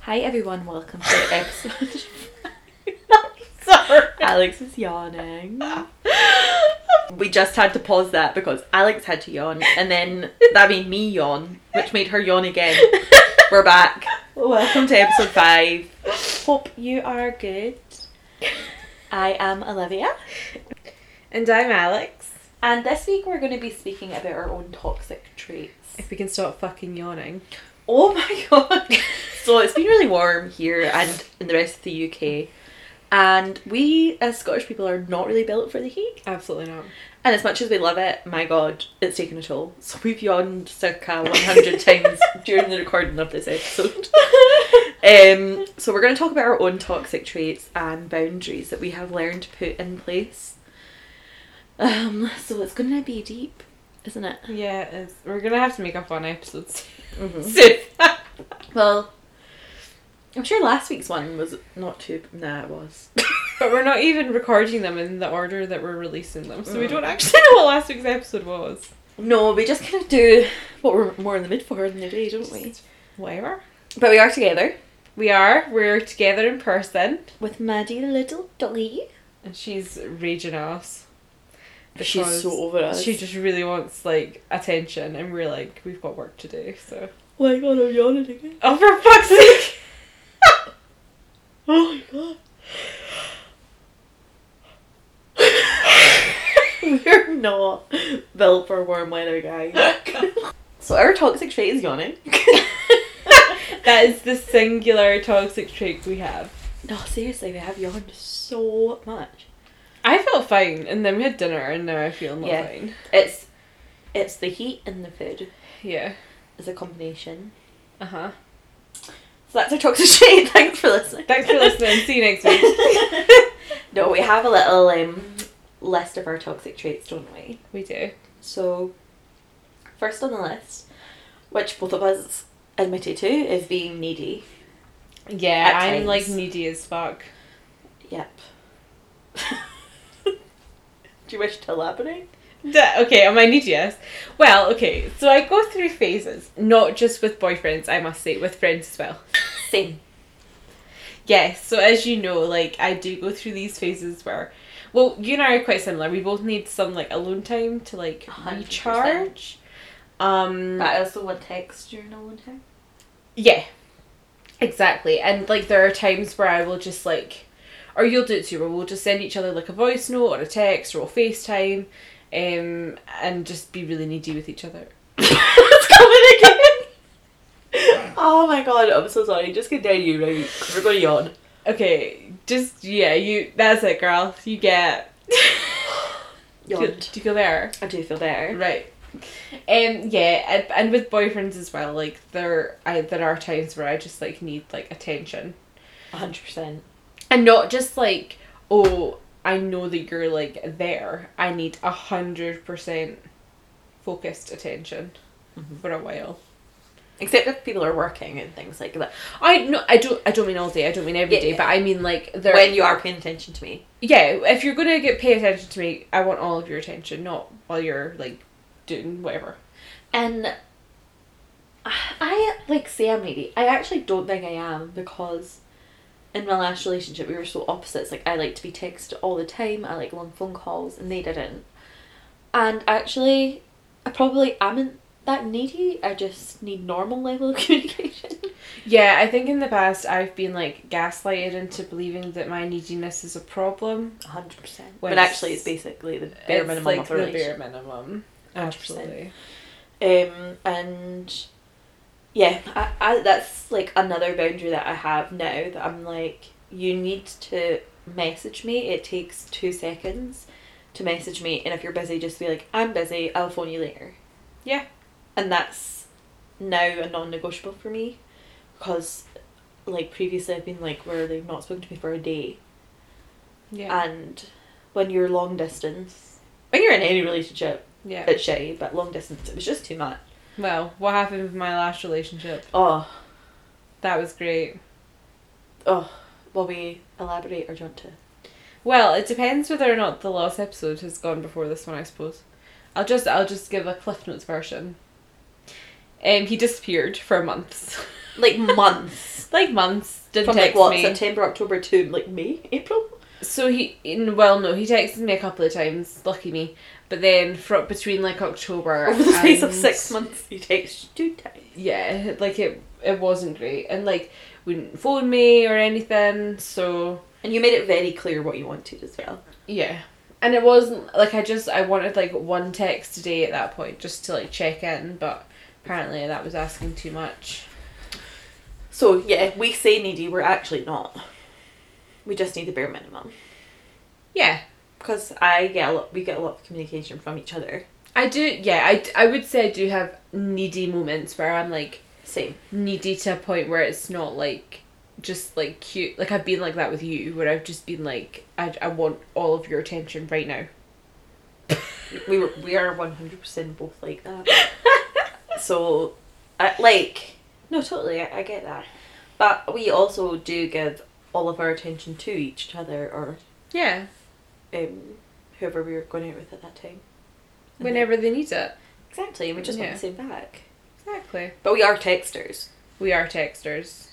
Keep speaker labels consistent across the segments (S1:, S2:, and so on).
S1: Hi everyone, welcome to episode.
S2: Sorry.
S1: Alex is yawning. We just had to pause that because Alex had to yawn, and then that made me yawn, which made her yawn again. We're back. Welcome to episode five. Hope you are good. I am Olivia,
S2: And I'm Alex.
S1: and this week we're going to be speaking about our own toxic traits.
S2: If we can stop fucking yawning.
S1: Oh my god. so it's been really warm here and in the rest of the UK. And we as Scottish people are not really built for the heat.
S2: Absolutely not.
S1: And as much as we love it, my god, it's taken a toll. So we've yawned circa 100 times during the recording of this episode. Um, so we're going to talk about our own toxic traits and boundaries that we have learned to put in place. Um, so it's going to be deep, isn't it?
S2: Yeah, it's, we're gonna have to make up one episode soon.
S1: Well, I'm sure last week's one was not too. Nah, it was.
S2: but we're not even recording them in the order that we're releasing them, so we
S1: Mm.
S2: don't actually know what last week's episode was.
S1: No, we just kind of do what we're more in the mid for than the day, don't we?
S2: Whatever.
S1: But we are together
S2: We are. We're together in person,
S1: with Maddie, the little doggy.
S2: and she's raging us.
S1: She's so over us.
S2: She just really wants like attention, and we're like, we've got work to do. So.
S1: Oh my god, I'm yawning again.
S2: Oh, for fuck's sake!
S1: Oh my god. We're not built for warm weather, guys. so our toxic trait is yawning.
S2: that is the singular toxic trait we have.
S1: No, seriously, we have yawned so much.
S2: I felt fine, and then we had dinner, and now I feel not
S1: Yeah.
S2: fine.
S1: It's it's the heat and the food
S2: Yeah.
S1: is a combination.
S2: Uh huh.
S1: So that's our toxic trait. Thanks for listening.
S2: Thanks for listening. See you next week.
S1: no, we have a little um, list of our toxic traits, don't we?
S2: We do.
S1: So, first on the list, which both of us admitted to, is being needy.
S2: Yeah,
S1: At
S2: I'm
S1: times.
S2: like needy as fuck.
S1: Yep. Do you wish to elaborate?
S2: Da- okay, am I needy? Yes. Well, okay. So I go through phases, not just with boyfriends. I must say, with friends as well.
S1: Same.
S2: Yes, so as you know, like I do go through these phases where well, you and I are quite similar. We both need some like alone time to like
S1: 100%.
S2: recharge. Um
S1: But I also want text during all one time.
S2: Yeah. Exactly. And like there are times where I will just like or you'll do it too, where we'll just send each other like a voice note or a text or we'll FaceTime um and just be really needy with each other.
S1: it's coming again. Oh my god, I'm so sorry. Just continue, right? 'Cause We're going to yawn.
S2: Okay, just yeah, you that's it girl. You get do, you-
S1: Yawned.
S2: do you go there?
S1: I do feel better.
S2: Right. Um. Yeah, and, and with boyfriends as well. Like there, I there are times where I just like need like attention,
S1: 100%.
S2: and not just like oh I know that you're like there. I need a hundred percent focused attention for a while.
S1: Except if people are working and things like that.
S2: I no, I don't. I don't mean all day. I don't mean every
S1: Yeah,
S2: day.
S1: yeah.
S2: But I mean like there.
S1: When you are paying attention to me.
S2: yeah, if you're gonna get pay attention to me, I want all of your attention, not while you're like doing whatever.
S1: And I like say I'm needy. I actually don't think I am because in my last relationship we were so opposites. Like I like to be texted all the time. I like long phone calls, and they didn't. And actually, I probably am that needy. I just need normal level of communication.
S2: Yeah, I think in the past I've been like gaslighted into believing that my neediness is a problem.
S1: Hundred percent.
S2: When
S1: But actually,
S2: it's-
S1: it's basically the bare
S2: it's
S1: minimum
S2: like
S1: of a
S2: the bare
S1: relationship.
S2: minimum.
S1: 100%.
S2: Absolutely.
S1: Um, and yeah, I, I that's like another boundary that I have now that I'm like, you need to message me. It takes two seconds to message me, and if you're busy, just be like, I'm busy. I'll phone you later.
S2: Yeah.
S1: and that's now a non-negotiable for me, because like previously I've been like where they've not spoken to me for a day,
S2: Yeah.
S1: and when you're long distance, when you're in any relationship,
S2: yeah.
S1: it's shitty, but long distance it was just too much.
S2: Well, what happened with my last relationship?
S1: Oh.
S2: That was great.
S1: Oh, will we elaborate or do you want to?
S2: Well, it depends whether or not the last episode has gone before this one, I suppose. I'll just I'll just give a Cliff Notes version. Um, he disappeared for months.
S1: like months.
S2: like months did
S1: From like
S2: text
S1: what
S2: me.
S1: September, October to like May, April.
S2: so he, n- well, no, he texted me a couple of times. Lucky me. But then from between like October
S1: Over the space of
S2: and-
S1: six months, you text two times.
S2: yeah, like it, it wasn't great, and like wouldn't phone me or anything. So
S1: And you made it very clear what you wanted as well.
S2: yeah, and it wasn't like I just I wanted like one text a day at that point just to like check in, but apparently that was asking too much.
S1: So yeah, we say needy, we're actually not. We just need the bare minimum.
S2: Yeah,
S1: Because I get a lot, we get a lot of communication from each other.
S2: I do. Yeah, I d- I would say I do have needy moments where I'm like
S1: Same.
S2: needy to a point where it's not like just like cute like i've been like that with you where i've just been like i, I want all of your attention right now
S1: We were, we are one hundred percent both like that. so, I, like, no, totally, I, I get that. But we also do give all of our attention to each other or
S2: yeah
S1: um, whoever we were going out with at that time. And
S2: whenever they need it
S1: then- exactly, and we just want
S2: Yeah.
S1: the same back.
S2: exactly
S1: But we are texters
S2: we are texters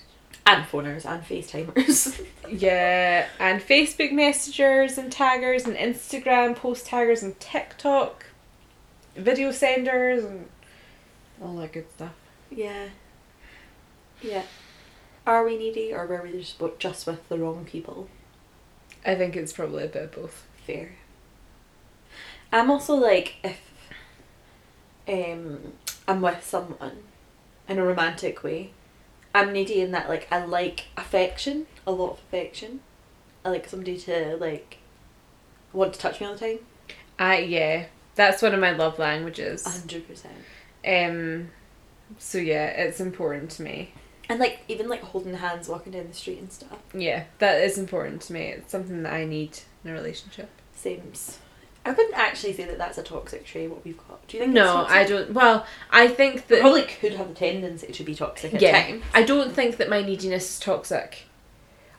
S1: and phoners and FaceTimers.
S2: yeah and facebook messengers and taggers and instagram post taggers and tiktok video senders and all that good stuff
S1: Yeah. Yeah. Are we needy or were we just, bo- just with the wrong people?
S2: i think it's probably a bit of both
S1: Fair. I'm also like, if um, I'm with someone in a romantic way, I'm needy in that, like, I like affection, a lot of affection. I like somebody to, like, want to touch me all the time.
S2: i yeah that's one of my love languages
S1: 100%.
S2: Um. So yeah, it's important to me.
S1: And, like, even, like, holding hands, walking down the street and stuff.
S2: Yeah, that is important to me. It's something that I need in a relationship.
S1: Seems. I wouldn't actually say that that's a toxic trait. What we've got. Do you think? it's
S2: No,
S1: toxic?
S2: I don't. Well, I think that
S1: probably could have a tendency to be toxic at
S2: yeah,
S1: times.
S2: I don't think that my neediness is toxic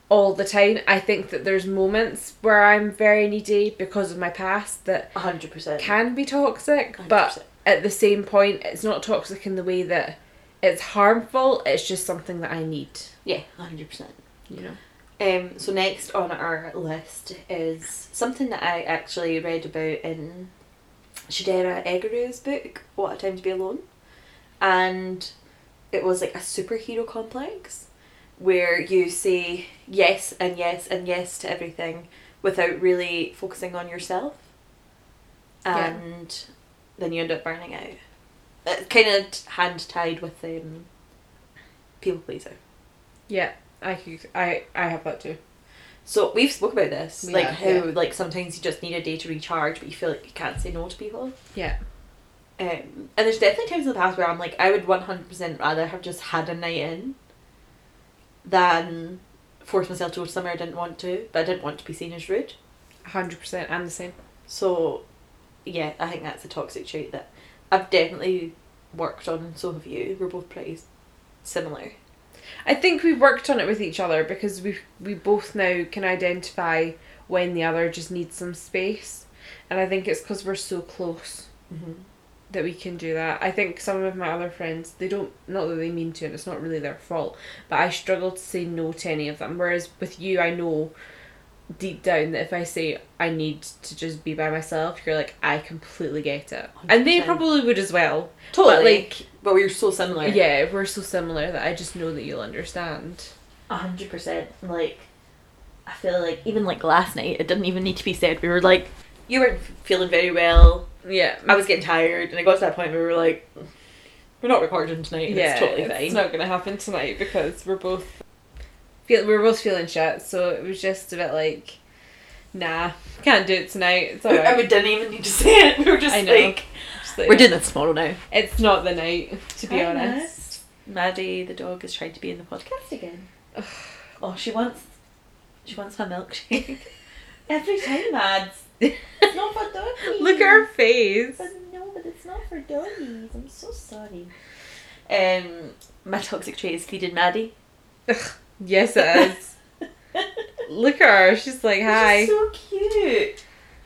S2: all the time. I think that there's moments where I'm very needy because of my past that
S1: A hundred percent.
S2: can be toxic,
S1: Hundred
S2: but
S1: percent.
S2: at the same point, it's not toxic in the way that it's harmful. It's just something that I need.
S1: Yeah, a hundred percent.
S2: You know.
S1: Um. So next on our list is something that I actually read about in Shadera Egeru's book, What a Time to Be Alone, and it was like a superhero complex where you say yes and yes and yes to everything without really focusing on yourself
S2: Yeah.
S1: and then you end up burning out it's kind of hand tied with um, people pleaser
S2: Yeah, I could. I I have that too.
S1: so we've spoke about this
S2: We
S1: like
S2: have,
S1: how
S2: yeah.
S1: like sometimes you just need a day to recharge but you feel like you can't say no to people
S2: Yeah.
S1: Um, and there's definitely times in the past where I'm like, I would 100% rather have just had a night in than force myself to go to somewhere I didn't want to, but I didn't want to be seen as rude.
S2: hundred percent. I'm the same.
S1: So, yeah, I think that's a toxic trait that I've definitely worked on, and so have you. We're both pretty s- similar.
S2: I think we worked on it with each other because we we both now can identify when the other just needs some space, and I think it's because we're so close
S1: Mm-hmm.
S2: that we can do that. I think some of my other friends they don't not that they mean to, and it's not really their fault, but I struggle to say no to any of them. Whereas with you, I know deep down that if I say I need to just be by myself, you're like I completely get it, and they
S1: 100%.
S2: probably would as well.
S1: Totally.
S2: But like.
S1: but we're so similar.
S2: Yeah, we're so similar that I just know that you'll understand.
S1: A hundred percent. Like, I feel like even like last night, it didn't even need to be said. We were like, you weren't f- feeling very well.
S2: Yeah.
S1: I was getting tired, and it got to that point where we were like, we're not recording tonight. and
S2: yeah,
S1: it's totally fine.
S2: not gonna happen tonight because we're both feel we're both feeling shit, so it was just a bit like, nah, can't do it tonight. It's alright.
S1: And we didn't even need to say it. We were just
S2: I know.
S1: like,
S2: Just like,
S1: we're doing this tomorrow now.
S2: It's not the night, to be
S1: Hi,
S2: honest.
S1: Maddie, the dog, is trying to be in the podcast again. oh, she wants, she wants her milkshake every time, Mads. It's not for doggies.
S2: Look at her face.
S1: But no, but it's not for doggies. I'm so sorry. Um, my toxic trait is feeding Maddie.
S2: Yes, it is. Look at her. She's like, hi.
S1: Which is so cute.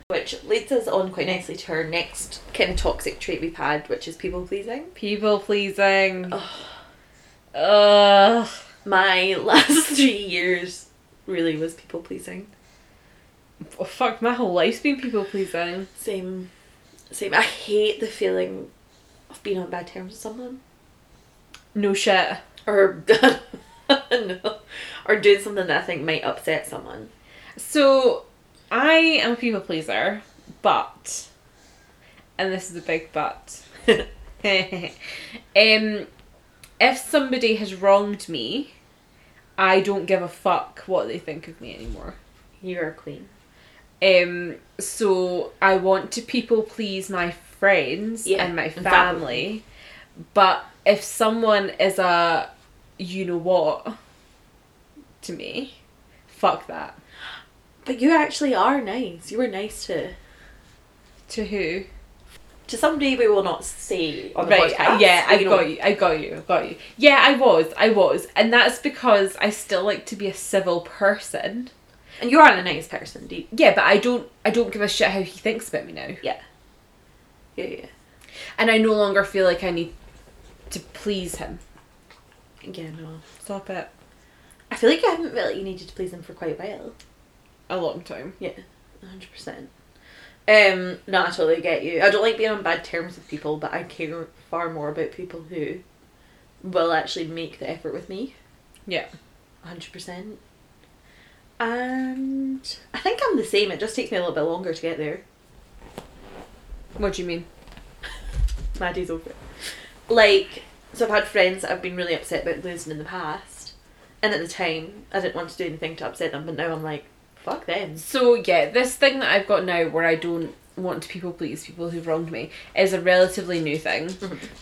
S1: Which leads us on quite nicely to our next kind of toxic trait we've had, which is people pleasing.
S2: People pleasing.
S1: Ugh.
S2: Ugh.
S1: My last three years really was people pleasing.
S2: Oh, fuck, my whole life's been people pleasing.
S1: Same, same. I hate the feeling of being on bad terms with someone
S2: No shit.
S1: or no, or doing something that I think might upset someone.
S2: So, I am a people pleaser, but, and this is the big but, um, if somebody has wronged me, I don't give a fuck what they think of me anymore.
S1: You're a queen.
S2: Um, so I want to people please my friends
S1: Yeah,
S2: and my
S1: and
S2: family,
S1: family.
S2: but if someone is a you know what to me, fuck that.
S1: But you actually are nice. You were nice to
S2: To who?
S1: to somebody we will not say on the
S2: right, uh,
S1: podcast.
S2: yeah, I
S1: you know.
S2: got you, I got you, I got you. Yeah, I was, I was, and that's because I still like to be a civil person.
S1: And you are a nice person, deep.
S2: Yeah, but I don't, I don't give a shit how he thinks about me now.
S1: Yeah. Yeah, yeah.
S2: and I no longer feel like I need to please him.
S1: Yeah, no.
S2: Stop it.
S1: I feel like I haven't really needed to please them for quite a while.
S2: A long time.
S1: Yeah, 100%. Um, no, I totally get you. I don't like being on bad terms with people, but I care far more about people who will actually make the effort with me.
S2: Yeah.
S1: 100%. And I think I'm the same. It just takes me a little bit longer to get there.
S2: What do you mean?
S1: My day's over. Like, so I've had friends that I've been really upset about losing in the past. And at the time, I didn't want to do anything to upset them, but now I'm like, fuck them.
S2: So yeah, this thing that I've got now where I don't want to people please people who've wronged me is a relatively new thing.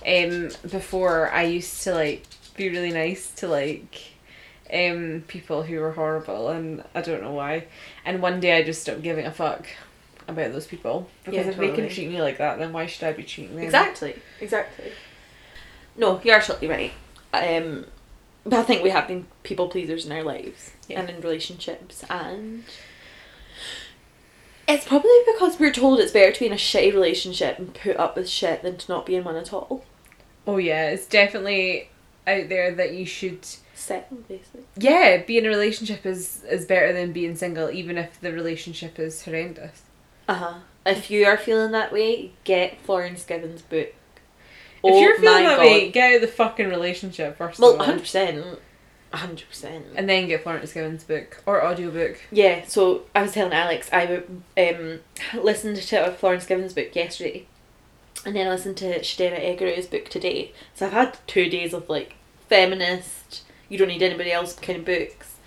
S2: um before I used to like be really nice to like um people who were horrible and I don't know why. And one day I just stopped giving a fuck about those people. Because
S1: Yeah,
S2: if they can
S1: totally.
S2: treat me like that then why should I be treating them?
S1: Exactly. Exactly. No, you're absolutely right. Um, but I think we have been people pleasers in our lives
S2: Yeah.
S1: and in relationships, and it's probably because we're told it's better to be in a shitty relationship and put up with shit than to not be in one at all.
S2: Oh yeah, it's definitely out there that you should
S1: Settle, basically.
S2: yeah, being in a relationship is is better than being single, even if the relationship is horrendous.
S1: Uh huh. If you are feeling that way, get Florence Given's book. Oh
S2: if you're feeling that way, get out of the fucking relationship first
S1: well,
S2: of all,
S1: hundred percent, hundred percent.
S2: and then get Florence Given's book or audiobook.
S1: Yeah, so I was telling Alex I um listened to Florence Given's book yesterday, and then I listened to Shadera Egeru's book today. So I've had two days of like feminist, you don't need anybody else kind of books,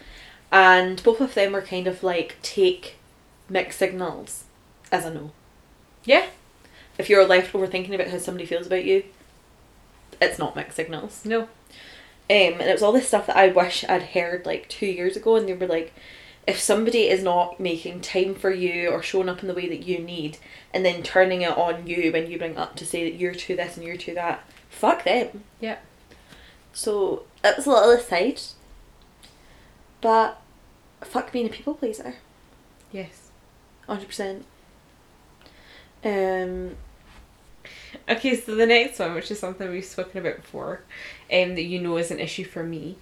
S1: and both of them were kind of like take mixed signals as a no.
S2: Yeah,
S1: If you're left overthinking about how somebody feels about you, it's not mixed signals.
S2: no,
S1: Um, and it was all this stuff that I wish I'd heard like two years ago, and they were like, if somebody is not making time for you or showing up in the way that you need, and then turning it on you when you bring up to say that you're too this and you're too that, fuck them.
S2: yeah,
S1: So that was a little aside, but fuck being a people pleaser,
S2: yes.
S1: hundred percent. Um,
S2: Okay, so the next one, which is something we've spoken about before, um, that you know is an issue for me,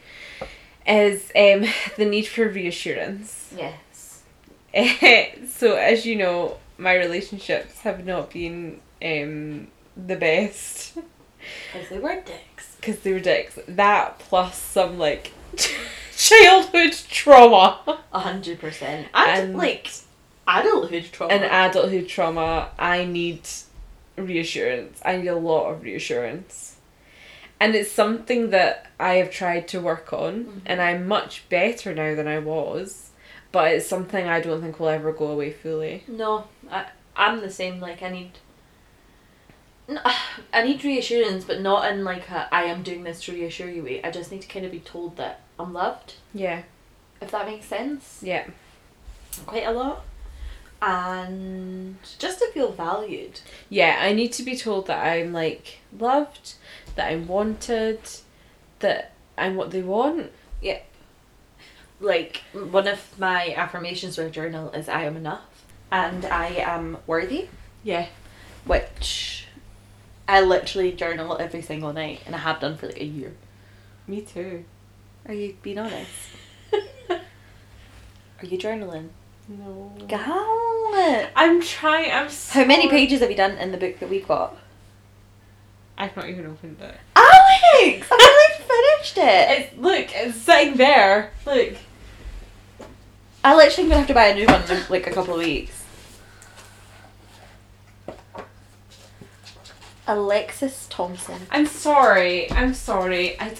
S2: is um the need for reassurance.
S1: yes,
S2: so as you know, my relationships have not been um the best
S1: because they were dicks.
S2: because they were dicks. That plus some like childhood trauma
S1: hundred percent,
S2: And-
S1: adulthood trauma.
S2: and adulthood trauma. I need reassurance. I need a lot of reassurance. And it's something that I have tried to work on, and I'm much better now than I was, but it's something I don't think will ever go away fully.
S1: No, I I'm the same. Like I need. N- I need reassurance, but not in like a, I am doing this to reassure you way. I just need to kind of be told that I'm loved,
S2: Yeah,
S1: if that makes sense.
S2: yeah.
S1: Quite a lot, and just to feel valued.
S2: yeah, I need to be told that I'm like loved, that I'm wanted, that I'm what they want.
S1: Like one of my affirmations for a journal is I am enough, and I am worthy,
S2: Yeah.
S1: which I literally journal every single night, and I have done for like a year.
S2: Me too.
S1: Are you being honest? Are you journaling?
S2: no.
S1: Gal.
S2: I'm trying. I'm. So...
S1: How many pages have you done in the book that we got?
S2: I've not even opened it.
S1: Alex, I've finished it.
S2: It's look. It's sitting there. Look.
S1: I literally am gonna have to buy a new one in like a couple of weeks. Alexis Thompson.
S2: I'm sorry. I'm sorry. I.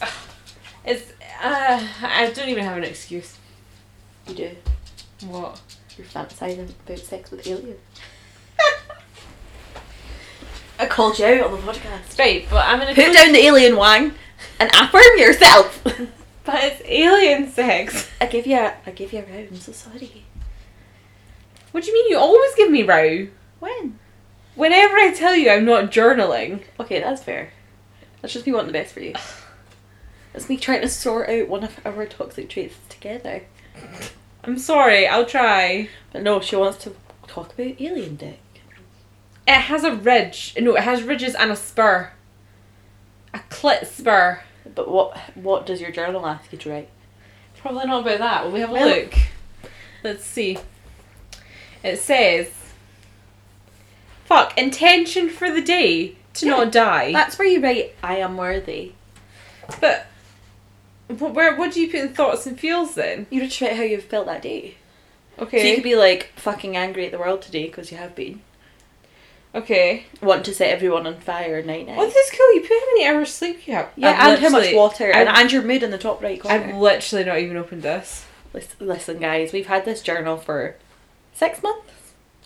S2: It's. Uh, I don't even have an excuse.
S1: You do.
S2: What?
S1: You're fantasizing about sex with aliens. I called you out on the podcast.
S2: Right, but I'm gonna.
S1: Put down the alien wang and affirm yourself.
S2: But it's alien sex.
S1: I give you a, I give you a row. I'm so sorry.
S2: What do you mean? You always give me row.
S1: When?
S2: Whenever I tell you I'm not journaling.
S1: Okay, that's fair. That's just me wanting the best for you. That's me trying to sort out one of our toxic traits together.
S2: I'm sorry. I'll try.
S1: But no, she wants to talk about alien dick.
S2: It has a ridge. No, it has ridges and a spur. A clit spur.
S1: But what what does your journal ask you to write?
S2: Probably not about that. Will we have a
S1: Well-
S2: look? Let's see. It says, "Fuck intention for the day to
S1: Yeah,
S2: not die."
S1: That's where you write I am worthy.
S2: but what, where? What do you put in thoughts and feels then?
S1: You just write how you felt that day.
S2: Okay.
S1: So you could be like fucking angry at the world today because you have been.
S2: okay.
S1: Want to set everyone on fire night night.
S2: Well, this is cool. You put how many hours sleep you have.
S1: Yeah,
S2: I've
S1: and how much
S2: literally-
S1: water, and,
S2: I've,
S1: and your mood in the top right corner.
S2: I've literally not even opened this.
S1: Lis- Listen, guys, we've had this journal for six months,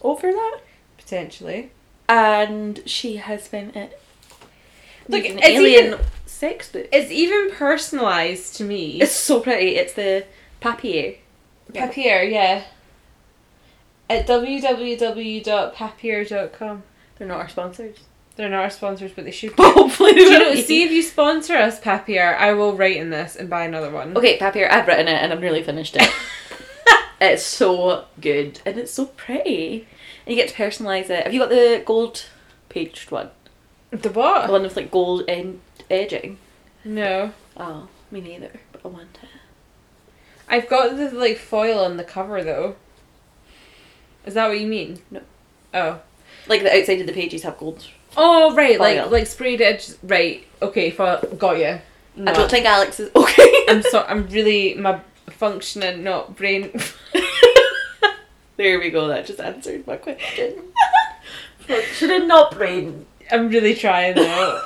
S1: over that,
S2: Potentially.
S1: and she has spent it.
S2: Look,
S1: with an
S2: it's
S1: alien
S2: even-
S1: sex book.
S2: It's even personalised to me.
S1: It's so pretty. It's the papier. Yeah.
S2: Papier, yeah. At www.papier.com.
S1: They're not our sponsors.
S2: They're not our sponsors, but they should be.
S1: But hopefully, they
S2: Do you
S1: will
S2: know,
S1: be.
S2: see if you sponsor us, Papier, I will write in this and buy another one.
S1: Okay, papier. I've written it, and I've nearly finished it. it's so good, and it's so pretty, and you get to personalize it. Have you got the gold paged one?
S2: The
S1: The
S2: what?
S1: one with like gold end edging.
S2: No.
S1: Oh, me neither. But I want it.
S2: I've got the like foil on the cover though. Is that what you mean?
S1: No.
S2: Oh.
S1: Like the outside of the pages have gold.
S2: Oh right,
S1: Foil.
S2: like like sprayed edge. Right. Okay. Foil. Got you.
S1: I don't think Alex is okay.
S2: I'm so. I'm really my functioning not brain.
S1: there we go. That just answered my question. Should have not brain.
S2: I'm really trying though.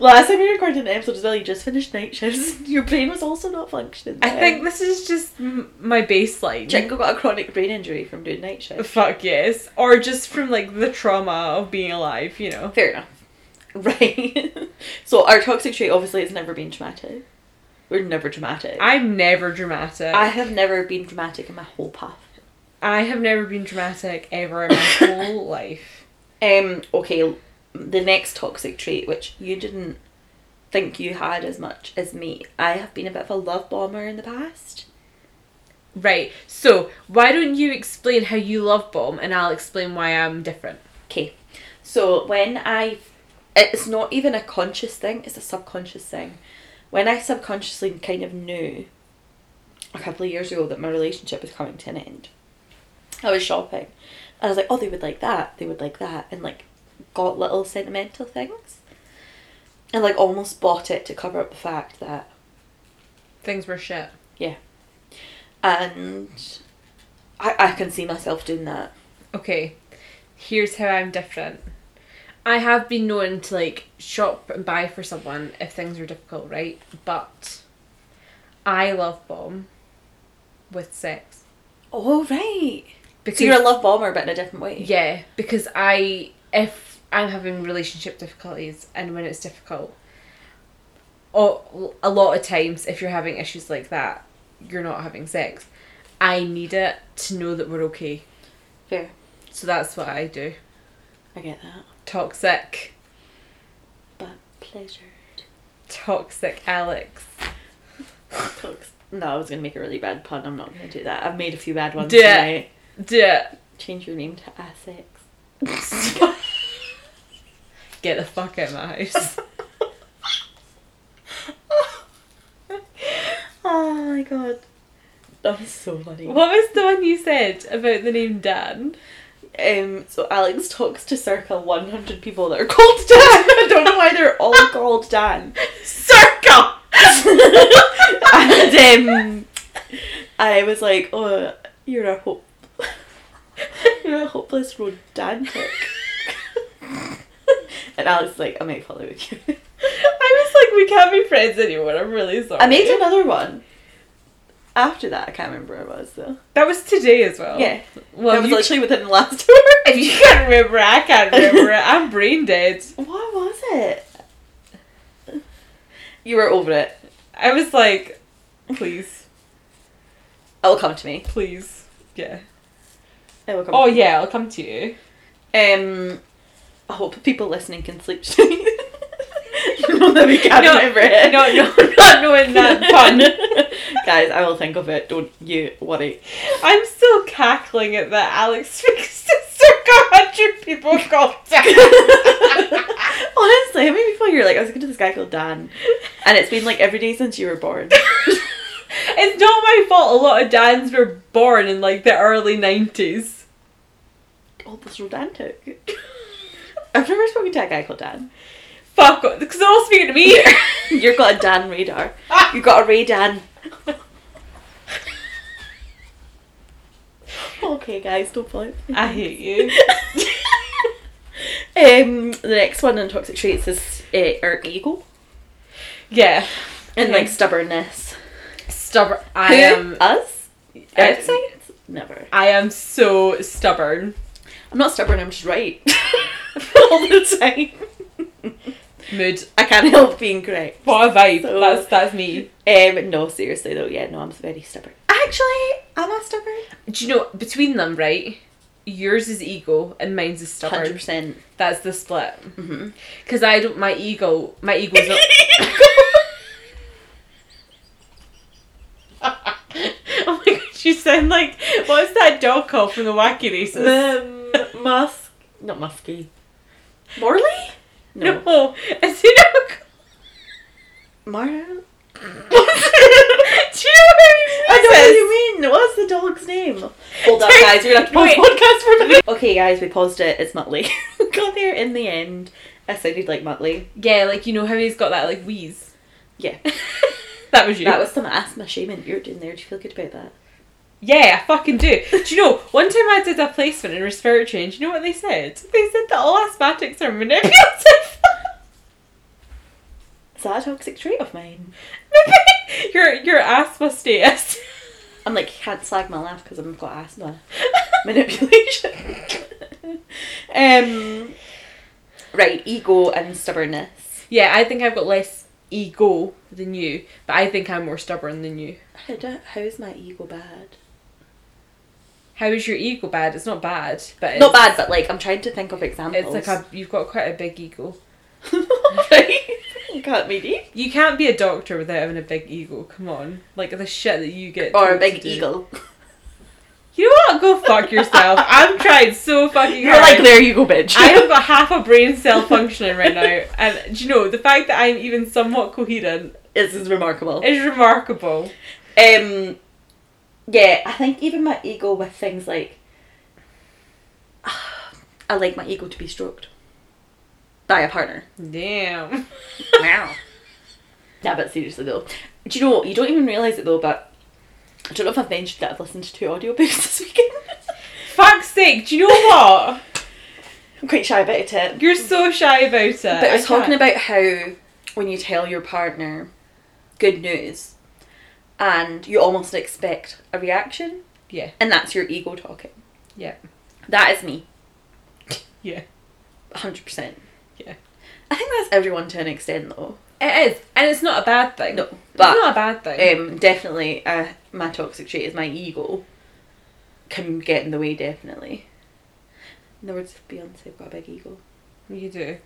S1: Last time we recorded an episode as well, you just finished night shifts. Your brain was also not functioning.
S2: I
S1: then.
S2: think this is just m- my baseline.
S1: Jingo got a chronic brain injury from doing night shifts.
S2: Fuck yes. Or just from like the trauma of being alive, you know.
S1: Fair enough. Right. so our toxic trait obviously has never been dramatic. We're never dramatic. I,
S2: I'm never dramatic.
S1: have never been dramatic in my whole path.
S2: I have never been dramatic ever in my whole life.
S1: Um. Okay. The next toxic trait, which you didn't think you had as much as me, I have been a bit of a love bomber in the past.
S2: Right. So why don't you explain how you love bomb and I'll explain why I'm different.
S1: Okay. So when I, it's not even a conscious thing; it's a subconscious thing. When I subconsciously kind of knew a couple of years ago that my relationship was coming to an end, I was shopping, and I was like, "Oh, they would like that. They would like that," and like, got little sentimental things, and like almost bought it to cover up the fact that
S2: Things were shit.
S1: and I, I can see myself doing that.
S2: Okay. Here's how I'm different. I have been known to like shop and buy for someone if things were difficult, right? But I love bomb with sex.
S1: Oh right.
S2: Because
S1: So you're a love bomber, but in a different way.
S2: Yeah, because I if I'm having relationship difficulties and when it's difficult, or a lot of times if you're having issues like that, you're not having sex. I need it to know that we're okay.
S1: Fair.
S2: So that's what I do.
S1: I get that.
S2: Toxic,
S1: But pleasure.
S2: toxic Alex.
S1: Cooks. No, I was gonna make a really bad pun. I'm not gonna do that. I've made a few bad ones
S2: Do it.
S1: tonight.
S2: Do it.
S1: Change your name to Essex.
S2: Get the fuck out of my house.
S1: Oh That was so funny.
S2: What was the one you said about the name Dan?
S1: Um, so Alex talks to circa 100 people that are called Dan. I don't know why they're all called Dan.
S2: Circa!
S1: And um, I was like, oh, you're a hope, you're a hopeless romantic. And Alex is like, I might follow with you.
S2: I was like, we can't be friends anymore. I'm really sorry.
S1: I made another one. After that, I can't remember where it was though.
S2: That was today as well.
S1: Yeah,
S2: Oh. Well,
S1: that was
S2: you-
S1: literally within the last hour.
S2: if you can't remember, I can't remember it. I'm brain dead.
S1: What was it? You were over it.
S2: I was like, please,
S1: It'll come to me.
S2: please, yeah.
S1: It will come.
S2: Oh yeah, I'll come to you.
S1: Um, I hope people listening can sleep tonight. Not that we can't
S2: No,
S1: remember it.
S2: no, no, not knowing that pun.
S1: Guys, I will think of it. Don't you worry.
S2: I'm still cackling at that Alex speaks to circa hundred people called Dan.
S1: Honestly, how many people you're like, I was talking to this guy called Dan, and it's been like every day since you were born.
S2: it's not my fault. A lot of Dans were born in like the early nineties.
S1: All this romantic. I've never spoken to a guy called Dan.
S2: Fuck, because they're all speaking to me.
S1: You've got a Dan radar. You've got a Ray Dan. Okay, guys, don't point.
S2: I hate you.
S1: um, the next one in toxic traits is uh, our ego
S2: Yeah,
S1: and like
S2: Okay.
S1: stubbornness.
S2: stubborn. I
S1: Who?
S2: am.
S1: us
S2: I-
S1: outside. Never.
S2: I am so stubborn.
S1: I'm not stubborn. I'm just right all the time.
S2: Mood.
S1: I can't help being correct.
S2: What a vibe.
S1: So-
S2: that's that's me.
S1: Um, no, seriously though, yeah, no, I'm very stubborn. Actually, am I stubborn?
S2: Do you know between them, right? Yours is ego and mine's is stubborn.
S1: Hundred percent.
S2: That's the split.
S1: Mhm.
S2: Cause I don't. My ego. My ego's not. oh my god! You sound like what's that dog called from the Wacky Races?
S1: Um, Musk, not Musky. Morley?
S2: no.
S1: No,
S2: oh, it's a dog.
S1: Mar.
S2: Do you know what
S1: I know
S2: I
S1: what
S2: mean?
S1: you mean. What's the dog's name? Hold up,
S2: Take-
S1: guys. We're gonna have to pause
S2: Wait.
S1: the podcast for a minute. Okay, guys, we paused it. It's Muttley. Got there in the end. I sounded like Muttley.
S2: Yeah, like you know how he's got that like wheeze.
S1: Yeah,
S2: That was you.
S1: that was some asthma shaming you're doing there. Do you feel good about that?
S2: Yeah, I fucking do. Do you know, one time I did a placement in respiratory and do you know what they said? They said that all asthmatics are manipulative.
S1: Is that a toxic trait of mine?
S2: your your asthma status.
S1: I'm like can't slag my laugh because I've got asthma. Manipulation. um. Right, ego and stubbornness.
S2: yeah, I think I've got less ego than you, but I think I'm more stubborn than you.
S1: How, do, how is my ego bad?
S2: How is your ego bad? It's not bad, but it's,
S1: Not bad, but like I'm trying to think of examples.
S2: It's like a, you've got quite a big ego.
S1: right? Can't be deep.
S2: You can't be a doctor without having a big ego. Come on, like the shit that you get.
S1: Or a
S2: told to
S1: big
S2: do.
S1: eagle.
S2: You know what? Go fuck yourself. I'm trying so fucking.
S1: You're
S2: hard.
S1: like there you go, bitch.
S2: I have a half a brain cell functioning right now, and do you know the fact that I'm even somewhat coherent
S1: this is remarkable.
S2: is remarkable.
S1: Um, yeah, I think even my ego with things like, I like my ego to be stroked by a partner.
S2: Damn.
S1: Wow. Nah, but seriously though, do you know what? You don't even realise it though, but I don't know if I've mentioned that I've listened to two audiobooks this weekend.
S2: Fuck's sake! Do you know what?
S1: I'm quite shy about it.
S2: You're so shy about it.
S1: But I was talking about how when you tell your partner good news and you almost expect a reaction.
S2: Yeah.
S1: And that's your ego talking.
S2: Yeah.
S1: That is me.
S2: Yeah.
S1: 100%.
S2: Yeah.
S1: I think that's everyone to an extent though.
S2: It is, and it's not a bad thing.
S1: No,
S2: it's
S1: but-
S2: not a bad thing.
S1: Um, definitely, uh, my toxic trait is my ego can get in the way, definitely. In the words of Beyonce, I've got a big ego.
S2: you do.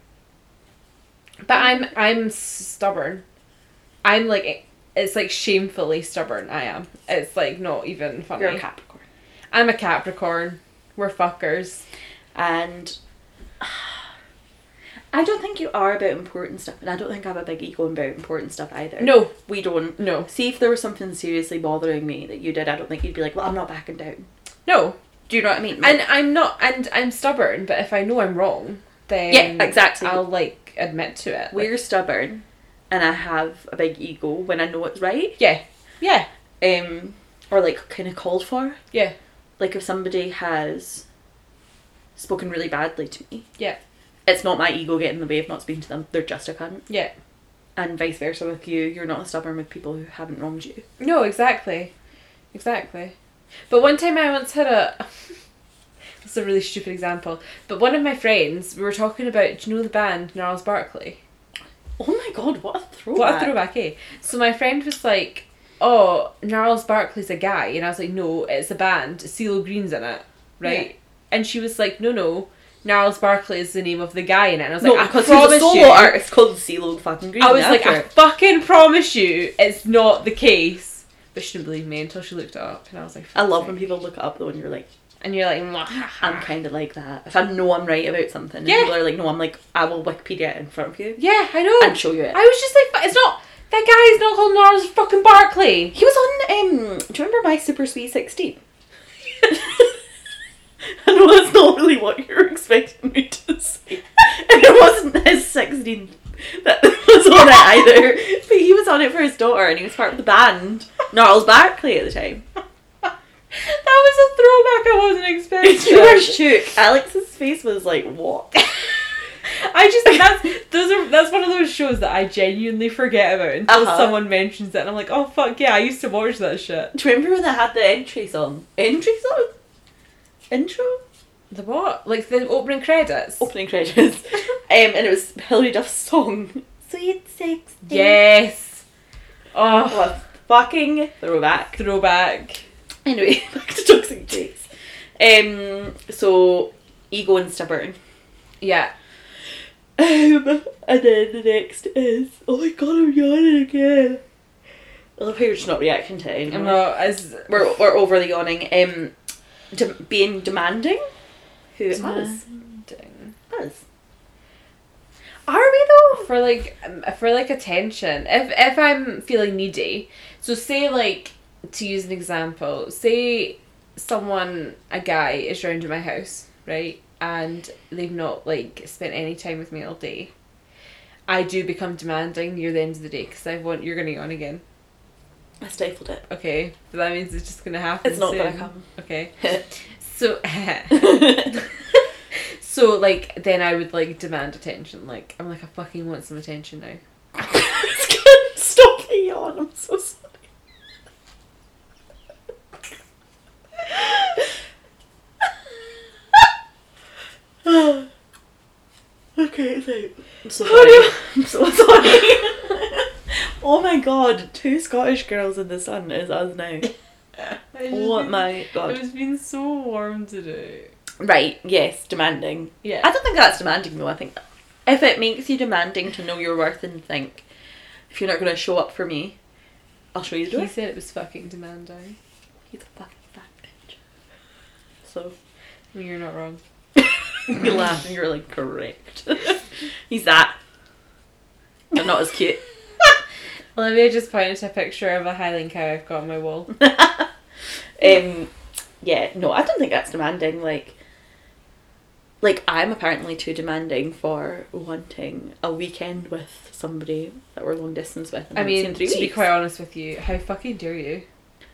S2: But I'm I'm stubborn. I'm like it's like shamefully stubborn. I am. It's like not even funny.
S1: You're a Capricorn.
S2: I'm a Capricorn. We're fuckers.
S1: and I don't think you are about important stuff, and I don't think I have a big ego about important stuff either.
S2: No,
S1: we don't.
S2: no,
S1: See if there was something seriously bothering me that you did. I don't think you'd be like, well, I'm not backing down.
S2: no.
S1: Do you know what I mean?
S2: And I'm not, and I'm stubborn. But if I know I'm wrong, then
S1: Yeah, exactly.
S2: I'll like admit to it. Like,
S1: we're stubborn, and I have a big ego when I know it's right.
S2: yeah, yeah,
S1: Um, or like kind of called for.
S2: yeah,
S1: Like if somebody has spoken really badly to me,
S2: yeah,
S1: it's not my ego getting in the way of not speaking to them. They're just a cunt,
S2: yeah.
S1: and vice versa with you. You're not stubborn with people who haven't wronged you.
S2: No, exactly, exactly. But one time I once had a. this is a really stupid example. But one of my friends, we were talking about. Do you know the band Gnarls Barkley?
S1: Oh my god, what a throwback!
S2: What a throwback, eh? So my friend was like, "Oh, Gnarls Barkley's a guy," and I was like, "No, it's a band. CeeLo Green's in it, right?" And she was like, "No, no, Gnarls Barkley is the name of the guy in it." And I was like,
S1: no,
S2: "I
S1: because
S2: promise
S1: he's a solo
S2: you."
S1: artist called CeeLo fucking Green.
S2: I was like, I
S1: after.
S2: fucking promise you, it's not the case. But she didn't believe me until she looked it up, and I was like,
S1: I love when
S2: "Fuck."
S1: people look it up though, and you're like,
S2: And you're like, "Mwah."
S1: I'm kind of like that. If I know I'm right about something, and
S2: Yeah.
S1: people are like, no, I'm like, I will Wikipedia it in front of you
S2: yeah, I know.
S1: and show you it.
S2: I was just like, "But it's not that guy is not called Gnarls fucking Barkley.
S1: He was on. Um, do you remember my Super Sweet Sixteen? I know that's not really what you're expecting me to say, and it wasn't his sixteen that was on it either. But he was on it for his daughter, and he was part of the band. Gnarls Barkley at the time.
S2: that was a throwback I wasn't expecting.
S1: you were shook. Alex's face was like, "What?"
S2: I just think that's those are that's one of those shows that I genuinely forget about until
S1: Uh-huh.
S2: someone mentions it and I'm like, oh fuck yeah, I used to watch that shit.
S1: Do you remember when they had the entry song? Entry song? Intro?
S2: The what? Like the opening credits?
S1: Opening credits. um, and it was Hilary Duff's song. Sweet Sixteen.
S2: yes. Oh
S1: What a fucking throwback.
S2: throwback.
S1: Anyway, back to toxic traits. Um, so ego and stubborn.
S2: Yeah.
S1: Um, and then the next is oh my god, I'm yawning again. I love how you're just not reacting to it anymore.
S2: I'm not as
S1: We're we're over the yawning. Um, de- being demanding. Who is us?
S2: demanding.
S1: Us. Are we though?
S2: for like um, for like attention. If if I'm feeling needy, so say like to use an example, say someone a guy is round to my house, right, and they've not like spent any time with me all day. I do become demanding near the end of the day because I want you're gonna yawn again.
S1: I stifled it.
S2: Okay, so that means it's just gonna happen.
S1: It's not
S2: soon.
S1: gonna come.
S2: Okay, so so like then I would like demand attention. Like I'm like I fucking want some attention now.
S1: Stop the yawn. I'm so sorry. okay, so I'm so sorry. I'm so sorry. oh my god, two Scottish girls in the sun is us now. Oh my
S2: It
S1: god.
S2: was been so warm today.
S1: Right, yes, demanding.
S2: Yeah.
S1: I don't think that's demanding though. I think if it makes you demanding to know your worth and think, if you're not going to show up for me, I'll show you the
S2: he
S1: door.
S2: said it was fucking demanding.
S1: He's a fucking fat bitch. So
S2: I mean, you're not wrong.
S1: you laugh and you're like, correct. He's that. I'm not as cute.
S2: Olivia just pointed to a picture of a Highland cow I've got on my wall.
S1: Um, yeah, no, I don't think that's demanding. Like, like I'm apparently too demanding for wanting a weekend with somebody that we're long distance with. and
S2: I
S1: haven't seen
S2: mean,
S1: in
S2: to be quite honest with you, how fucking dare you?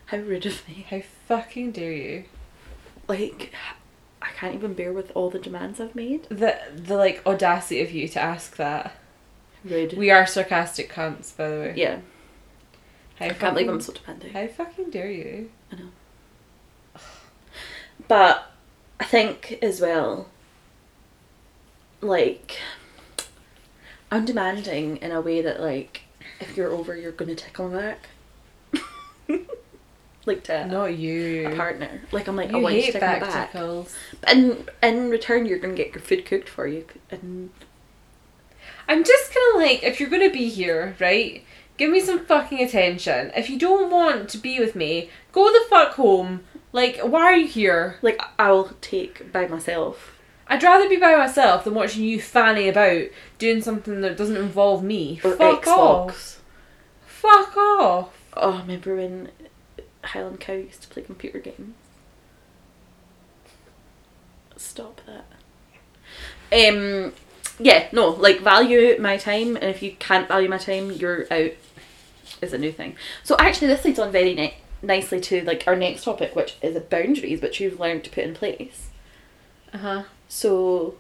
S1: how rude of me.
S2: How fucking dare you?
S1: like I can't even bear with all the demands I've made.
S2: The the like audacity of you to ask that.
S1: Rude.
S2: We are sarcastic cunts, by the way.
S1: yeah,
S2: How
S1: I can't believe I'm
S2: fucking-
S1: so demanding.
S2: How fucking dare you?
S1: But I think as well, like I'm demanding in a way that like if you're over, you're gonna tickle me back. like to
S2: Not you.
S1: a partner. Like I'm like, oh, I
S2: you
S1: want you to
S2: hate
S1: tickle me
S2: back,
S1: back.
S2: tickles.
S1: And in return, you're gonna get your food cooked for you. And
S2: I'm just kind of like, if you're going to be here, right, give me some fucking attention. If you don't want to be with me, go the fuck home. Like, why are you here?
S1: like I'll take by myself.
S2: I'd rather be by myself than watching you fanny about doing something that doesn't involve me.
S1: Or
S2: Fuck
S1: Xbox.
S2: off. Fuck off.
S1: Oh, I remember when Highland Cow used to play computer games. Stop that. Um, yeah, no, like value my time, and if you can't value my time, you're out. Is a new thing. So actually, this leads on very ni- nicely to like our next topic, which is the boundaries, which you've learned to put in place.
S2: Uh
S1: Uh-huh.
S2: huh.
S1: So,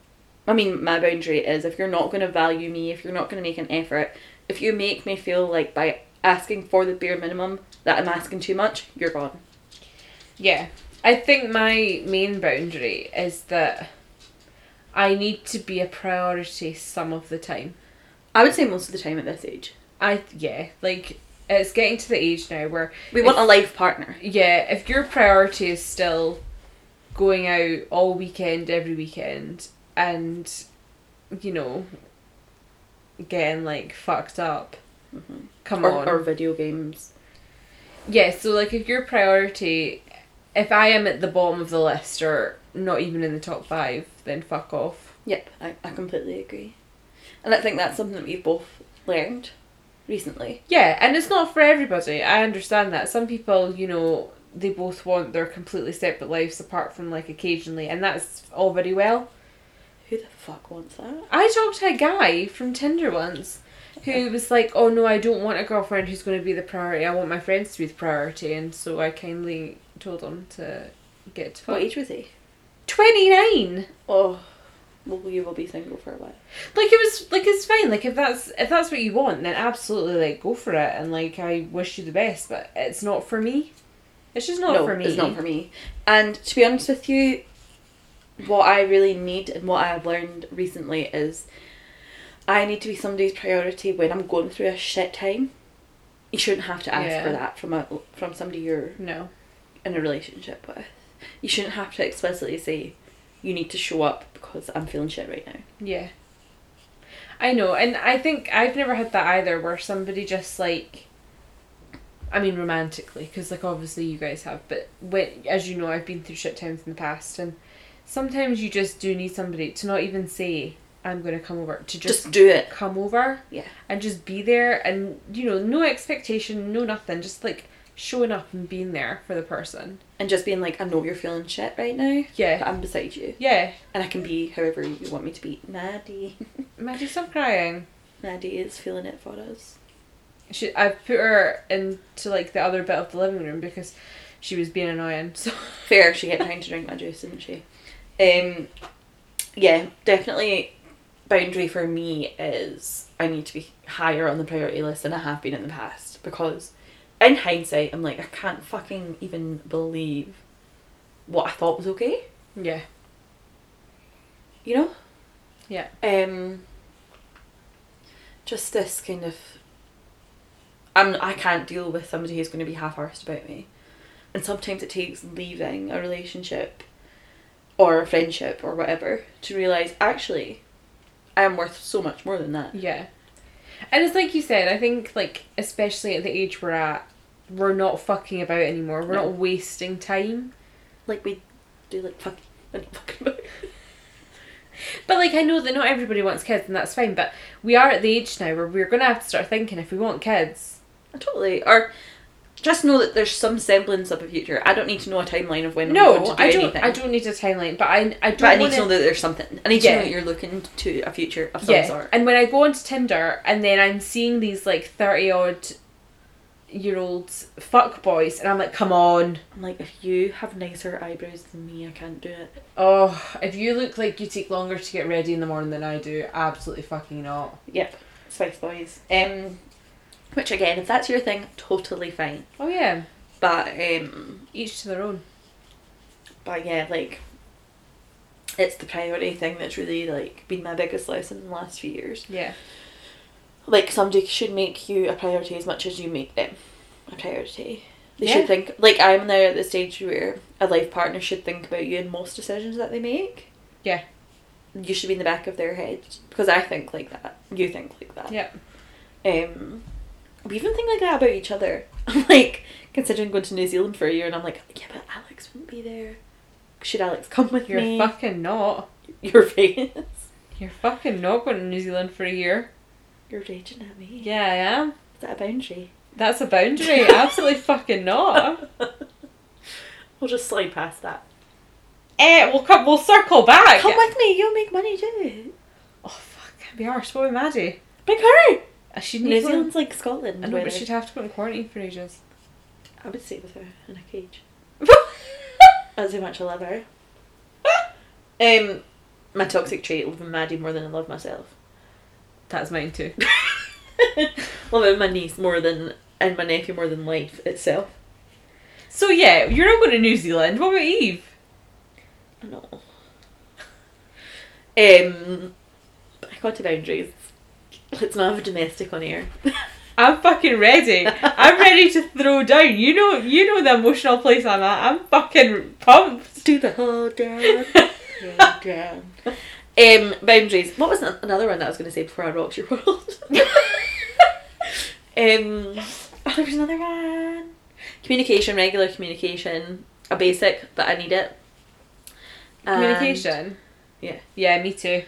S1: I mean, my boundary is if you're not going to value me, if you're not going to make an effort, if you make me feel like by asking for the bare minimum that I'm asking too much, you're gone.
S2: Yeah. I think my main boundary is that I need to be a priority some of the time.
S1: I would say most of the time at this age.
S2: I, yeah, like it's getting to the age now where
S1: We want a life partner.
S2: yeah, if your priority is still going out all weekend, every weekend, and you know, getting like fucked up, come
S1: Mm-hmm. Or,
S2: on.
S1: or video games.
S2: yeah, so like if your priority, if I am at the bottom of the list or not even in the top five, then fuck off.
S1: Yep, I, I completely agree. And I think that's something that we've both learned recently.
S2: Yeah, and it's not for everybody. I understand that. Some people, you know, they both want their completely separate lives apart from like occasionally, and that's all very well.
S1: Who the fuck wants that?
S2: I talked to a guy from Tinder once who was like, Oh no, I don't want a girlfriend who's going to be the priority. I want my friends to be the priority. And so I kindly told him to get to
S1: What age was he?
S2: 29!
S1: Oh, well, you will be single for a while.
S2: Like, it was, like, it's fine. Like, if that's, if that's what you want, then absolutely, like, go for it. And, like, I wish you the best, but it's not for me. It's just not
S1: no,
S2: for me.
S1: It's not for me. And to be honest with you, what I really need and what I've learned recently is I need to be somebody's priority when I'm going through a shit time. You shouldn't have to ask
S2: Yeah.
S1: for that from a from somebody you're
S2: No.
S1: in a relationship with. You shouldn't have to explicitly say you need to show up because I'm feeling shit right now.
S2: Yeah. I know, and I think I've never had that either, where somebody just like, I mean, romantically, because like obviously you guys have, but when as you know, I've been through shit times in the past, and sometimes you just do need somebody to not even say I'm gonna come over to
S1: Just,
S2: just,
S1: do it.
S2: come over,
S1: Yeah.
S2: and just be there, and you know, no expectation, no nothing, just like showing up and being there for the person.
S1: And just being like, I know you're feeling shit right now. But
S2: Yeah,
S1: I'm beside you.
S2: yeah.
S1: And I can be however you want me to be. Maddie.
S2: Maddie, stop crying.
S1: Maddie is feeling it for us.
S2: She, I put her into like the other bit of the living room because she was being annoying. So
S1: Fair, she kept trying to drink my juice, didn't she? Um, yeah, definitely. Boundary for me is I need to be higher on the priority list than I have been in the past because, in hindsight, I'm like I can't fucking even believe what I thought was okay.
S2: yeah,
S1: You know.
S2: Yeah.
S1: Um. Just this kind of. I'm. I can't deal with somebody who's going to be half-arsed about me, and sometimes it takes leaving a relationship, or a friendship or whatever to realize actually, I am worth so much more than that.
S2: yeah, and it's like you said. I think like especially at the age we're at, we're not fucking about anymore. We're
S1: No.
S2: not wasting time.
S1: Like we do, like fucking. fucking about.
S2: But like I know that not everybody wants kids, and that's fine. But we are at the age now where we're gonna have to start thinking if we want kids.
S1: Totally. Or just know that there's some semblance of a future. I don't need to know a timeline of when I'm
S2: No,
S1: going to do
S2: I don't.
S1: anything.
S2: I don't need a timeline, but I I don't.
S1: But I need
S2: wanna-
S1: to know that there's something. I need to
S2: Yeah.
S1: know that you're looking to a future of some
S2: yeah.
S1: sort.
S2: And when I go onto Tinder and then I'm seeing these like 30 odd year old fuck boys and I'm like, come on.
S1: I'm like, if you have nicer eyebrows than me, I can't do it.
S2: Oh, if you look like you take longer to get ready in the morning than I do, absolutely fucking not.
S1: Yep, Spice Boys. Um, which again, if that's your thing, totally fine.
S2: Oh yeah,
S1: But um,
S2: each to their own.
S1: but yeah, like, it's the priority thing that's really like been my biggest lesson in the last few years.
S2: Yeah.
S1: Like, somebody should make you a priority as much as you make them a priority. They
S2: Yeah.
S1: should think like I'm now at the stage where a life partner should think about you in most decisions that they make.
S2: Yeah.
S1: you should be in the back of their head because I think like that. You think like that.
S2: Yep.
S1: Um, we even think like that about each other. I'm like considering going to New Zealand for a year, and I'm like, yeah, but Alex wouldn't be there. Should Alex come with
S2: You're
S1: me?
S2: fucking not.
S1: your face.
S2: You're fucking not going to New Zealand for a year.
S1: You're raging at me.
S2: Yeah, I am.
S1: Is that a boundary?
S2: That's a boundary. Absolutely fucking not.
S1: We'll just slide past that.
S2: Eh, we'll come. We'll circle back.
S1: Come with me, you'll make money too.
S2: Oh fuck! Can't be arsed. What with Maddie?
S1: Bring her!
S2: Uh, She'd
S1: New
S2: need one.
S1: Zealand's like Scotland.
S2: I know,
S1: where
S2: but
S1: they-
S2: she'd have to go in quarantine for ages.
S1: I would stay with her in a cage.
S2: I
S1: That's how much I love her. Um, my toxic trait, loving Maddie more than I love myself.
S2: That's mine too.
S1: loving my niece more than, and my nephew more than life itself.
S2: So yeah, you're not going to New Zealand. What about Eve?
S1: I know. Um, I got to boundaries. Let's not have a domestic on air.
S2: I'm fucking ready. I'm ready to throw down. You know, you know the emotional place I'm at. I'm fucking pumped.
S1: Do the whole down, whole down. Um, boundaries. What was an- another one that I was going to say before I rocked your world? Um, oh, there was another one. Communication, regular communication, a basic, but I need it. Um, And
S2: Communication.
S1: Yeah.
S2: Yeah, me too.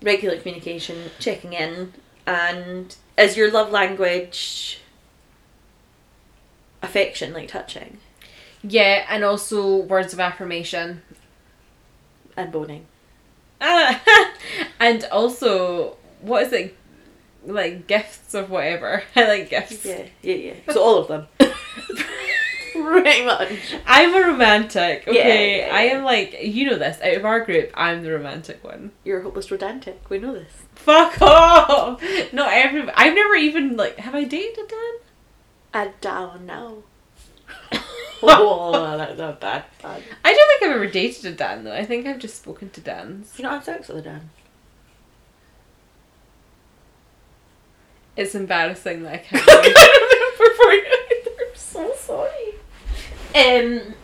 S1: regular communication, checking in, and is your love language affection, like touching
S2: Yeah, and also words of affirmation.
S1: and boning?
S2: Ah, and also, what is it? Like gifts of whatever. I like gifts.
S1: Yeah, yeah, yeah. So all of them. Pretty much.
S2: I'm a romantic.
S1: Yeah,
S2: Okay,
S1: yeah,
S2: I
S1: yeah.
S2: am like you know this. Out of our group, I'm the romantic one.
S1: You're a hopeless romantic. We know this.
S2: Fuck off! Not every. I've never even like. Have I dated a Dan?
S1: I don't know. oh, that's a bad one.
S2: I don't think I've ever dated a Dan though. I think I've just spoken to Dan's.
S1: You not had sex with a Dan?
S2: It's embarrassing that I
S1: I
S2: can't. remember.
S1: don't remember for you. I'm so sorry. Um,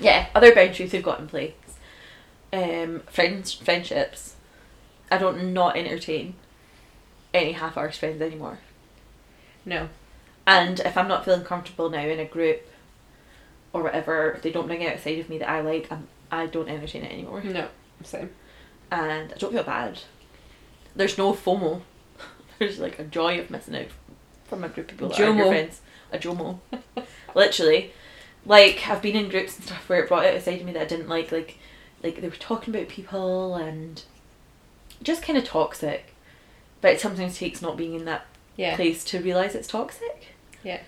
S1: yeah, other boundaries we've got in place. Um, friends, friendships. I don't not entertain any half-hours friends anymore.
S2: no.
S1: And if I'm not feeling comfortable now in a group or whatever, if they don't bring it outside of me that I like, I'm, I don't entertain it anymore.
S2: No. Same.
S1: And I don't feel bad. There's no FOMO. There's like a joy of missing out from a group of people that aren't your
S2: Jomo.
S1: friends. A JOMO. Literally. Like, I've been in groups and stuff where it brought out a side of me that I didn't like. Like, like they were talking about people and just kind of toxic. But it sometimes takes not being in that
S2: Yeah.
S1: place to realise it's toxic.
S2: Yeah.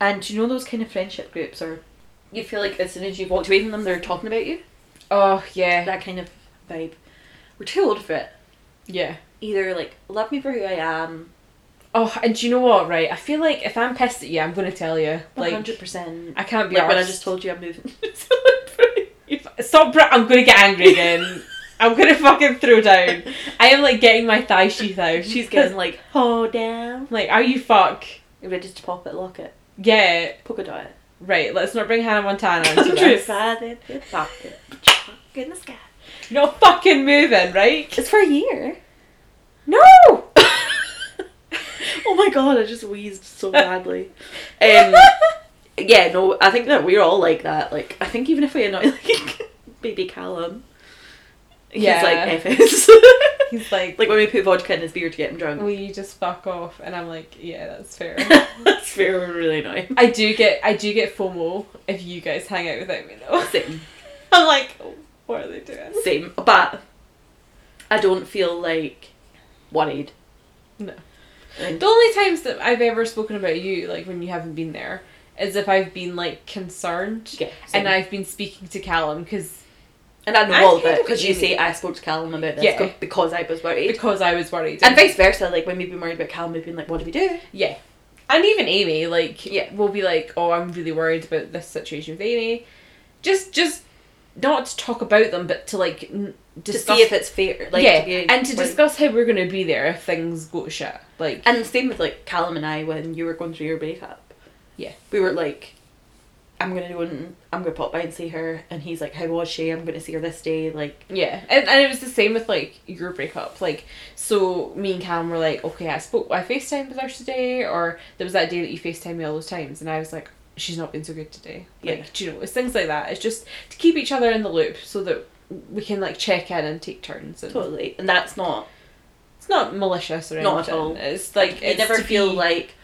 S1: And do you know those kind of friendship groups or you feel like as soon as you've walked away from them they're talking about you?
S2: Oh yeah.
S1: That kind of vibe. We're too old for it.
S2: Yeah.
S1: Either like love me for who I am,
S2: Oh, and do you know what? Right, I feel like if I'm pissed at you, I'm gonna tell you.
S1: like
S2: Like,
S1: hundred percent
S2: I can't be
S1: like when I
S2: arsed.
S1: just told you I'm moving.
S2: Stop! Br- I'm gonna get angry again. I'm gonna fucking throw down. I am like getting my thigh sheath out.
S1: She's getting like, oh damn.
S2: like, are you fuck?
S1: Ready to pop it, lock it,
S2: Yeah,
S1: polka dot it.
S2: right. Let's not bring Hannah Montana into
S1: Hundred
S2: this.
S1: percent. Fuck it. In the sky.
S2: You're not fucking moving, right?
S1: It's for a year.
S2: No.
S1: Oh my god, I just wheezed so badly. Um, yeah, no, I think that we're all like that. Like, I think even if we annoy like baby Callum, he's
S2: Yeah.
S1: like FS.
S2: He's like,
S1: like when we put vodka in his beer to get him drunk.
S2: will you just fuck off? And I'm like, yeah, that's fair.
S1: That's fair. We're really annoying.
S2: I do get, I do get FOMO if you guys hang out without me though.
S1: Same,
S2: I'm like, what are they doing?
S1: same, but I don't feel like worried.
S2: No.
S1: And
S2: The only times that I've ever spoken about you, like when you haven't been there, is if I've been like concerned
S1: yeah, same.
S2: and I've been speaking to Callum because
S1: and I know
S2: I
S1: all of
S2: kind
S1: it
S2: of
S1: because you
S2: agree.
S1: say I spoke to Callum about this
S2: Yeah.
S1: co- because I was worried.
S2: because I was worried
S1: and vice versa, like when we've been worried about Callum, we've been like, "What do we do?"
S2: yeah, and even Amy like
S1: Yeah.
S2: will be like, oh, I'm really worried about this situation with Amy, just just not to talk about them, but to like n-
S1: to
S2: discuss
S1: see if it's fair. Like,
S2: yeah,
S1: to be-
S2: and to
S1: like-
S2: discuss how we're gonna be there if things go to shit, like
S1: And same with like Callum and I when you were going through your breakup.
S2: Yeah.
S1: We were like, I'm gonna do one. I'm gonna pop by and see her, and he's like, "How was she? I'm gonna see her this day." Like,
S2: Yeah, and, and it was the same with like your breakup. Like, so me and Cam were like, okay, I spoke, I FaceTimed with her today, or there was that day that you FaceTimed me all those times, and I was like, she's not been so good today. Like,
S1: Yeah.
S2: do you know, it's things like that. It's just to keep each other in the loop so that we can like check in and take turns. And
S1: Totally. And that's not
S2: It's not malicious or anything.
S1: Not at all.
S2: It's like
S1: like you
S2: it's
S1: never
S2: to
S1: feel
S2: be-
S1: like,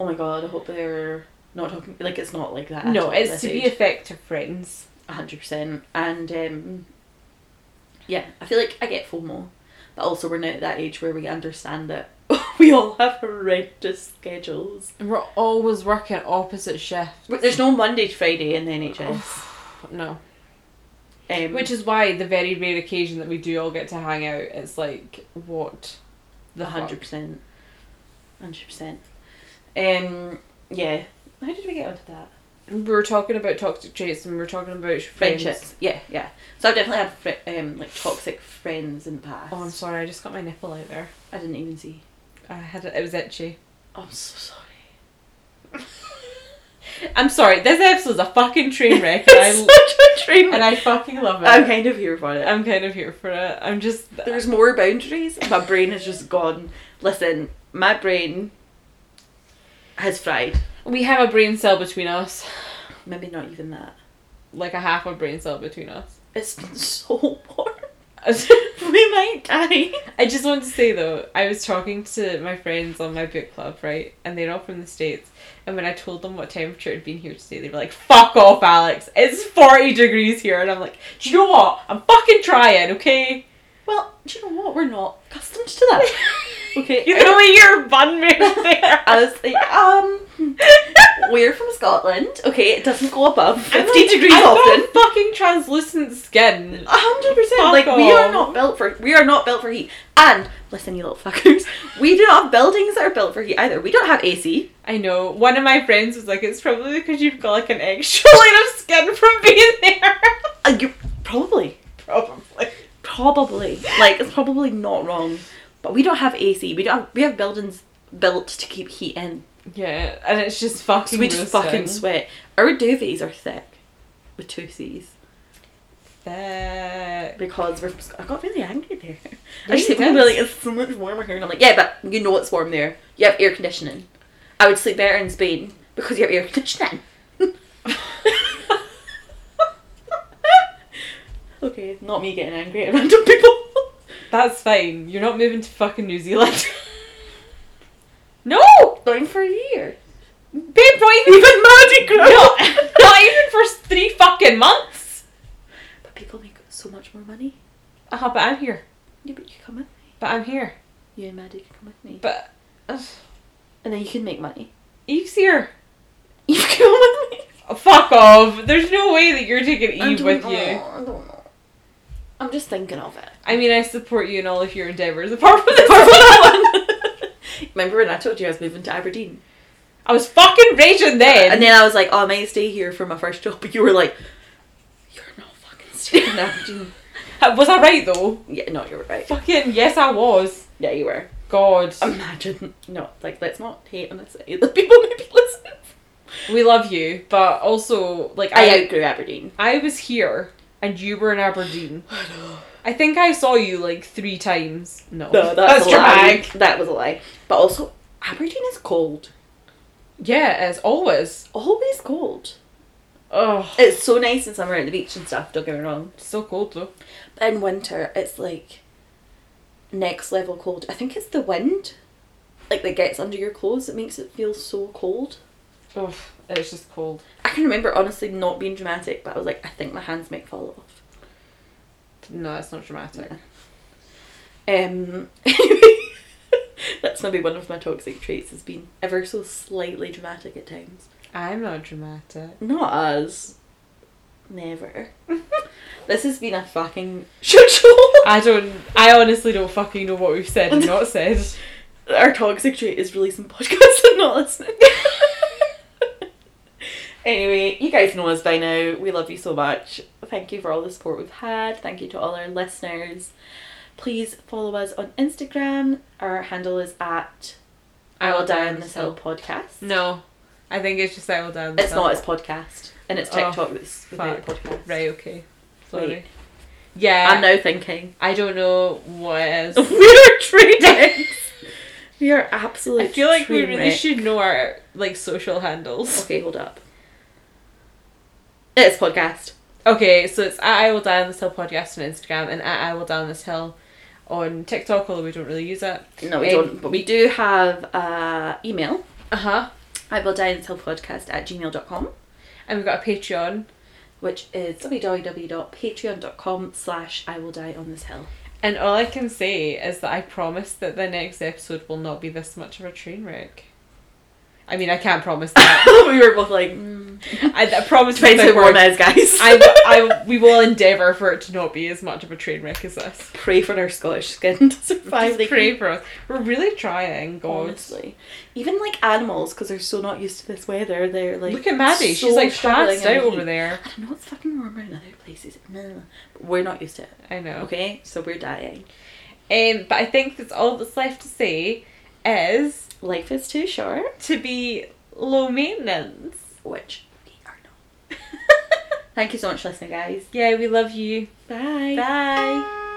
S1: oh my god, I hope they're not talking. Like it's not like that. at
S2: no.
S1: all
S2: It's
S1: this
S2: to be
S1: age.
S2: effective friends.
S1: A hundred percent. And um, yeah, I feel like I get FOMO, but also we're now at that age where we understand that we all have horrendous schedules.
S2: And We're always working opposite shifts.
S1: But There's no Monday to Friday in the NHS,
S2: No.
S1: um,
S2: Which is why the very rare occasion that we do all get to hang out, it's like what
S1: the
S2: the
S1: hundred
S2: hundred.
S1: percent, hundred percent. Um, yeah. How did we get onto that?
S2: We were talking about toxic traits and we were talking about friends.
S1: Friendships. Yeah, yeah. So I've definitely had fri- um, like toxic friends in the past.
S2: Oh, I'm sorry. I just got my nipple out there.
S1: I didn't even see.
S2: I had it. It was itchy.
S1: I'm so sorry.
S2: I'm sorry. This episode's a fucking train wreck. and,
S1: such a train
S2: I, and I fucking love it.
S1: I'm kind of here for it. Um,
S2: I'm kind of here for it. I'm just.
S1: There's more boundaries. My brain has just gone. Listen, my brain has fried.
S2: We have a brain cell between us.
S1: Maybe not even that.
S2: Like a half a brain cell between us.
S1: It's been so warm.
S2: I
S1: We might die.
S2: just want to say though, I was talking to my friends on my book club, right? And they're all from the States. And when I told them what temperature it had been here today, they were like, fuck off, Alex. It's 40 degrees here. And I'm like, do you know what? I'm fucking trying, okay?
S1: Well, do you know what? We're not accustomed to that. Okay.
S2: You know what your bun made there.
S1: I was like, um, we're from Scotland. Okay, it doesn't go above 50 degrees
S2: I've got
S1: often.
S2: fucking translucent skin.
S1: A hundred percent.
S2: Fuck
S1: Like we are
S2: off.
S1: not built for we are not built for heat. And listen, you little fuckers, we do not have buildings that are built for heat either. We don't have AC.
S2: I know. One of my friends was like, "It's probably because you've got like an extra layer of skin from being there."
S1: Uh, you probably,
S2: probably.
S1: probably, like it's probably not wrong. But we don't have AC. We don't. Have, we have buildings built to keep heat in.
S2: Yeah, and it's just fucking.
S1: So we just
S2: roasting.
S1: fucking sweat. Our duvets are thick, with two C's,
S2: Thick.
S1: because we're. from Sc- I got really angry there.
S2: Yeah,
S1: I just
S2: you
S1: think people
S2: did.
S1: were like, it's so much warmer here, and I'm like, yeah, but you know it's warm there. You have air conditioning. I would sleep better in Spain because you have air conditioning. Okay, not me getting angry at random people.
S2: That's fine. You're not moving to fucking New Zealand. no,
S1: Going for a year.
S2: babe, not even
S1: Even Mardi Gras.
S2: no, not even for three fucking months.
S1: But people make so much more money.
S2: Ah, but I'm here.
S1: Yeah, but you come with me.
S2: But I'm here.
S1: You and Maddie can come with me.
S2: But uh,
S1: And then you can make money.
S2: Eve's here.
S1: You can come with me.
S2: Oh, fuck off. There's no way that you're taking
S1: I
S2: Eve
S1: don't
S2: with
S1: know,
S2: you.
S1: I don't know. I'm just thinking of it.
S2: I mean, I support you in all of your endeavors, apart from this
S1: Apart
S2: one.
S1: from that one. Remember when I told you I was moving to Aberdeen?
S2: I was fucking raging then.
S1: And then I was like, oh, I might stay here for my first job. But you were like, you're not fucking staying in Aberdeen.
S2: Uh, was I right though?
S1: yeah, no, you were right.
S2: Fucking yes, I was.
S1: Yeah, you were.
S2: God,
S1: Um, Imagine. No, like, let's not hate on this. The people maybe listen.
S2: we love you, but also like
S1: I
S2: I,
S1: outgrew Aberdeen.
S2: I was here and you were in Aberdeen. I think I saw you like three times. No,
S1: No, that's,
S2: that's
S1: a
S2: dramatic.
S1: lie. That was a lie. But also, Aberdeen is cold.
S2: Yeah, as always.
S1: Always cold.
S2: Oh,
S1: It's so nice in summer at the beach and stuff, don't get me wrong.
S2: so cold though.
S1: But in winter, it's like next level cold. I think it's the wind, like, that gets under your clothes that makes it feel so cold.
S2: Oh, it's just cold.
S1: I can remember honestly not being dramatic, but I was like, I think my hands might fall off.
S2: No, that's not dramatic.
S1: Um, anyway, that's maybe one of my toxic traits has been ever so slightly dramatic at times.
S2: I'm not dramatic.
S1: Not us. Never. this has been a fucking shit show.
S2: I don't. I honestly don't fucking know what we've said and not said.
S1: Our toxic trait is releasing podcasts and not listening. anyway, you guys know us by now. We love you so much. Thank you for all the support we've had. Thank you to all our listeners. Please follow us on Instagram. Our handle is at I Will Die on This Hill podcast.
S2: No, I think it's just I will down.
S1: It's not, it's podcast. And it's
S2: Oh,
S1: TikTok that's without the
S2: fuck.
S1: podcast.
S2: Right, okay. Sorry.
S1: Wait.
S2: Yeah.
S1: I'm now thinking.
S2: I don't know what it is.
S1: We're train We are absolutely.
S2: I feel like we
S1: train
S2: really
S1: wreck.
S2: should know our like social handles.
S1: Okay, hold up. It's podcast.
S2: Okay, so it's at I Will Die on This Hill podcast on Instagram and at I Will Die on This Hill on TikTok, although we don't really use it.
S1: No, we
S2: Um,
S1: don't. But we do have uh, email.
S2: Uh huh.
S1: I will die until podcast at gmail.com,
S2: And we've got a Patreon.
S1: which is www.patreon.com slash I will die on this hill.
S2: And all I can say is that I promise that the next episode will not be this much of a train wreck. I mean, I can't promise that.
S1: we were both like, mm,
S2: I, I promise
S1: depends
S2: that
S1: who Lorna
S2: I,
S1: is, guys.
S2: I, we will endeavour for it to not be as much of a train wreck as this.
S1: pray for our Scottish skin to survive.
S2: Just
S1: They
S2: pray
S1: can-
S2: for us. We're really trying, God.
S1: Honestly, even like animals, because they're so not used to this weather, they're like
S2: Look at Maddie.
S1: so
S2: She's like
S1: struggling
S2: passed
S1: in
S2: out
S1: the
S2: over
S1: heat.
S2: there.
S1: I know it's fucking warmer in other places, no, but we're not used to it.
S2: I know.
S1: Okay, so we're dying.
S2: Um, but I think that's all that's left to say is
S1: Life is too short,
S2: to be low maintenance.
S1: which we are not. Thank you so much for listening, guys.
S2: yeah, we love you.
S1: Bye.
S2: Bye.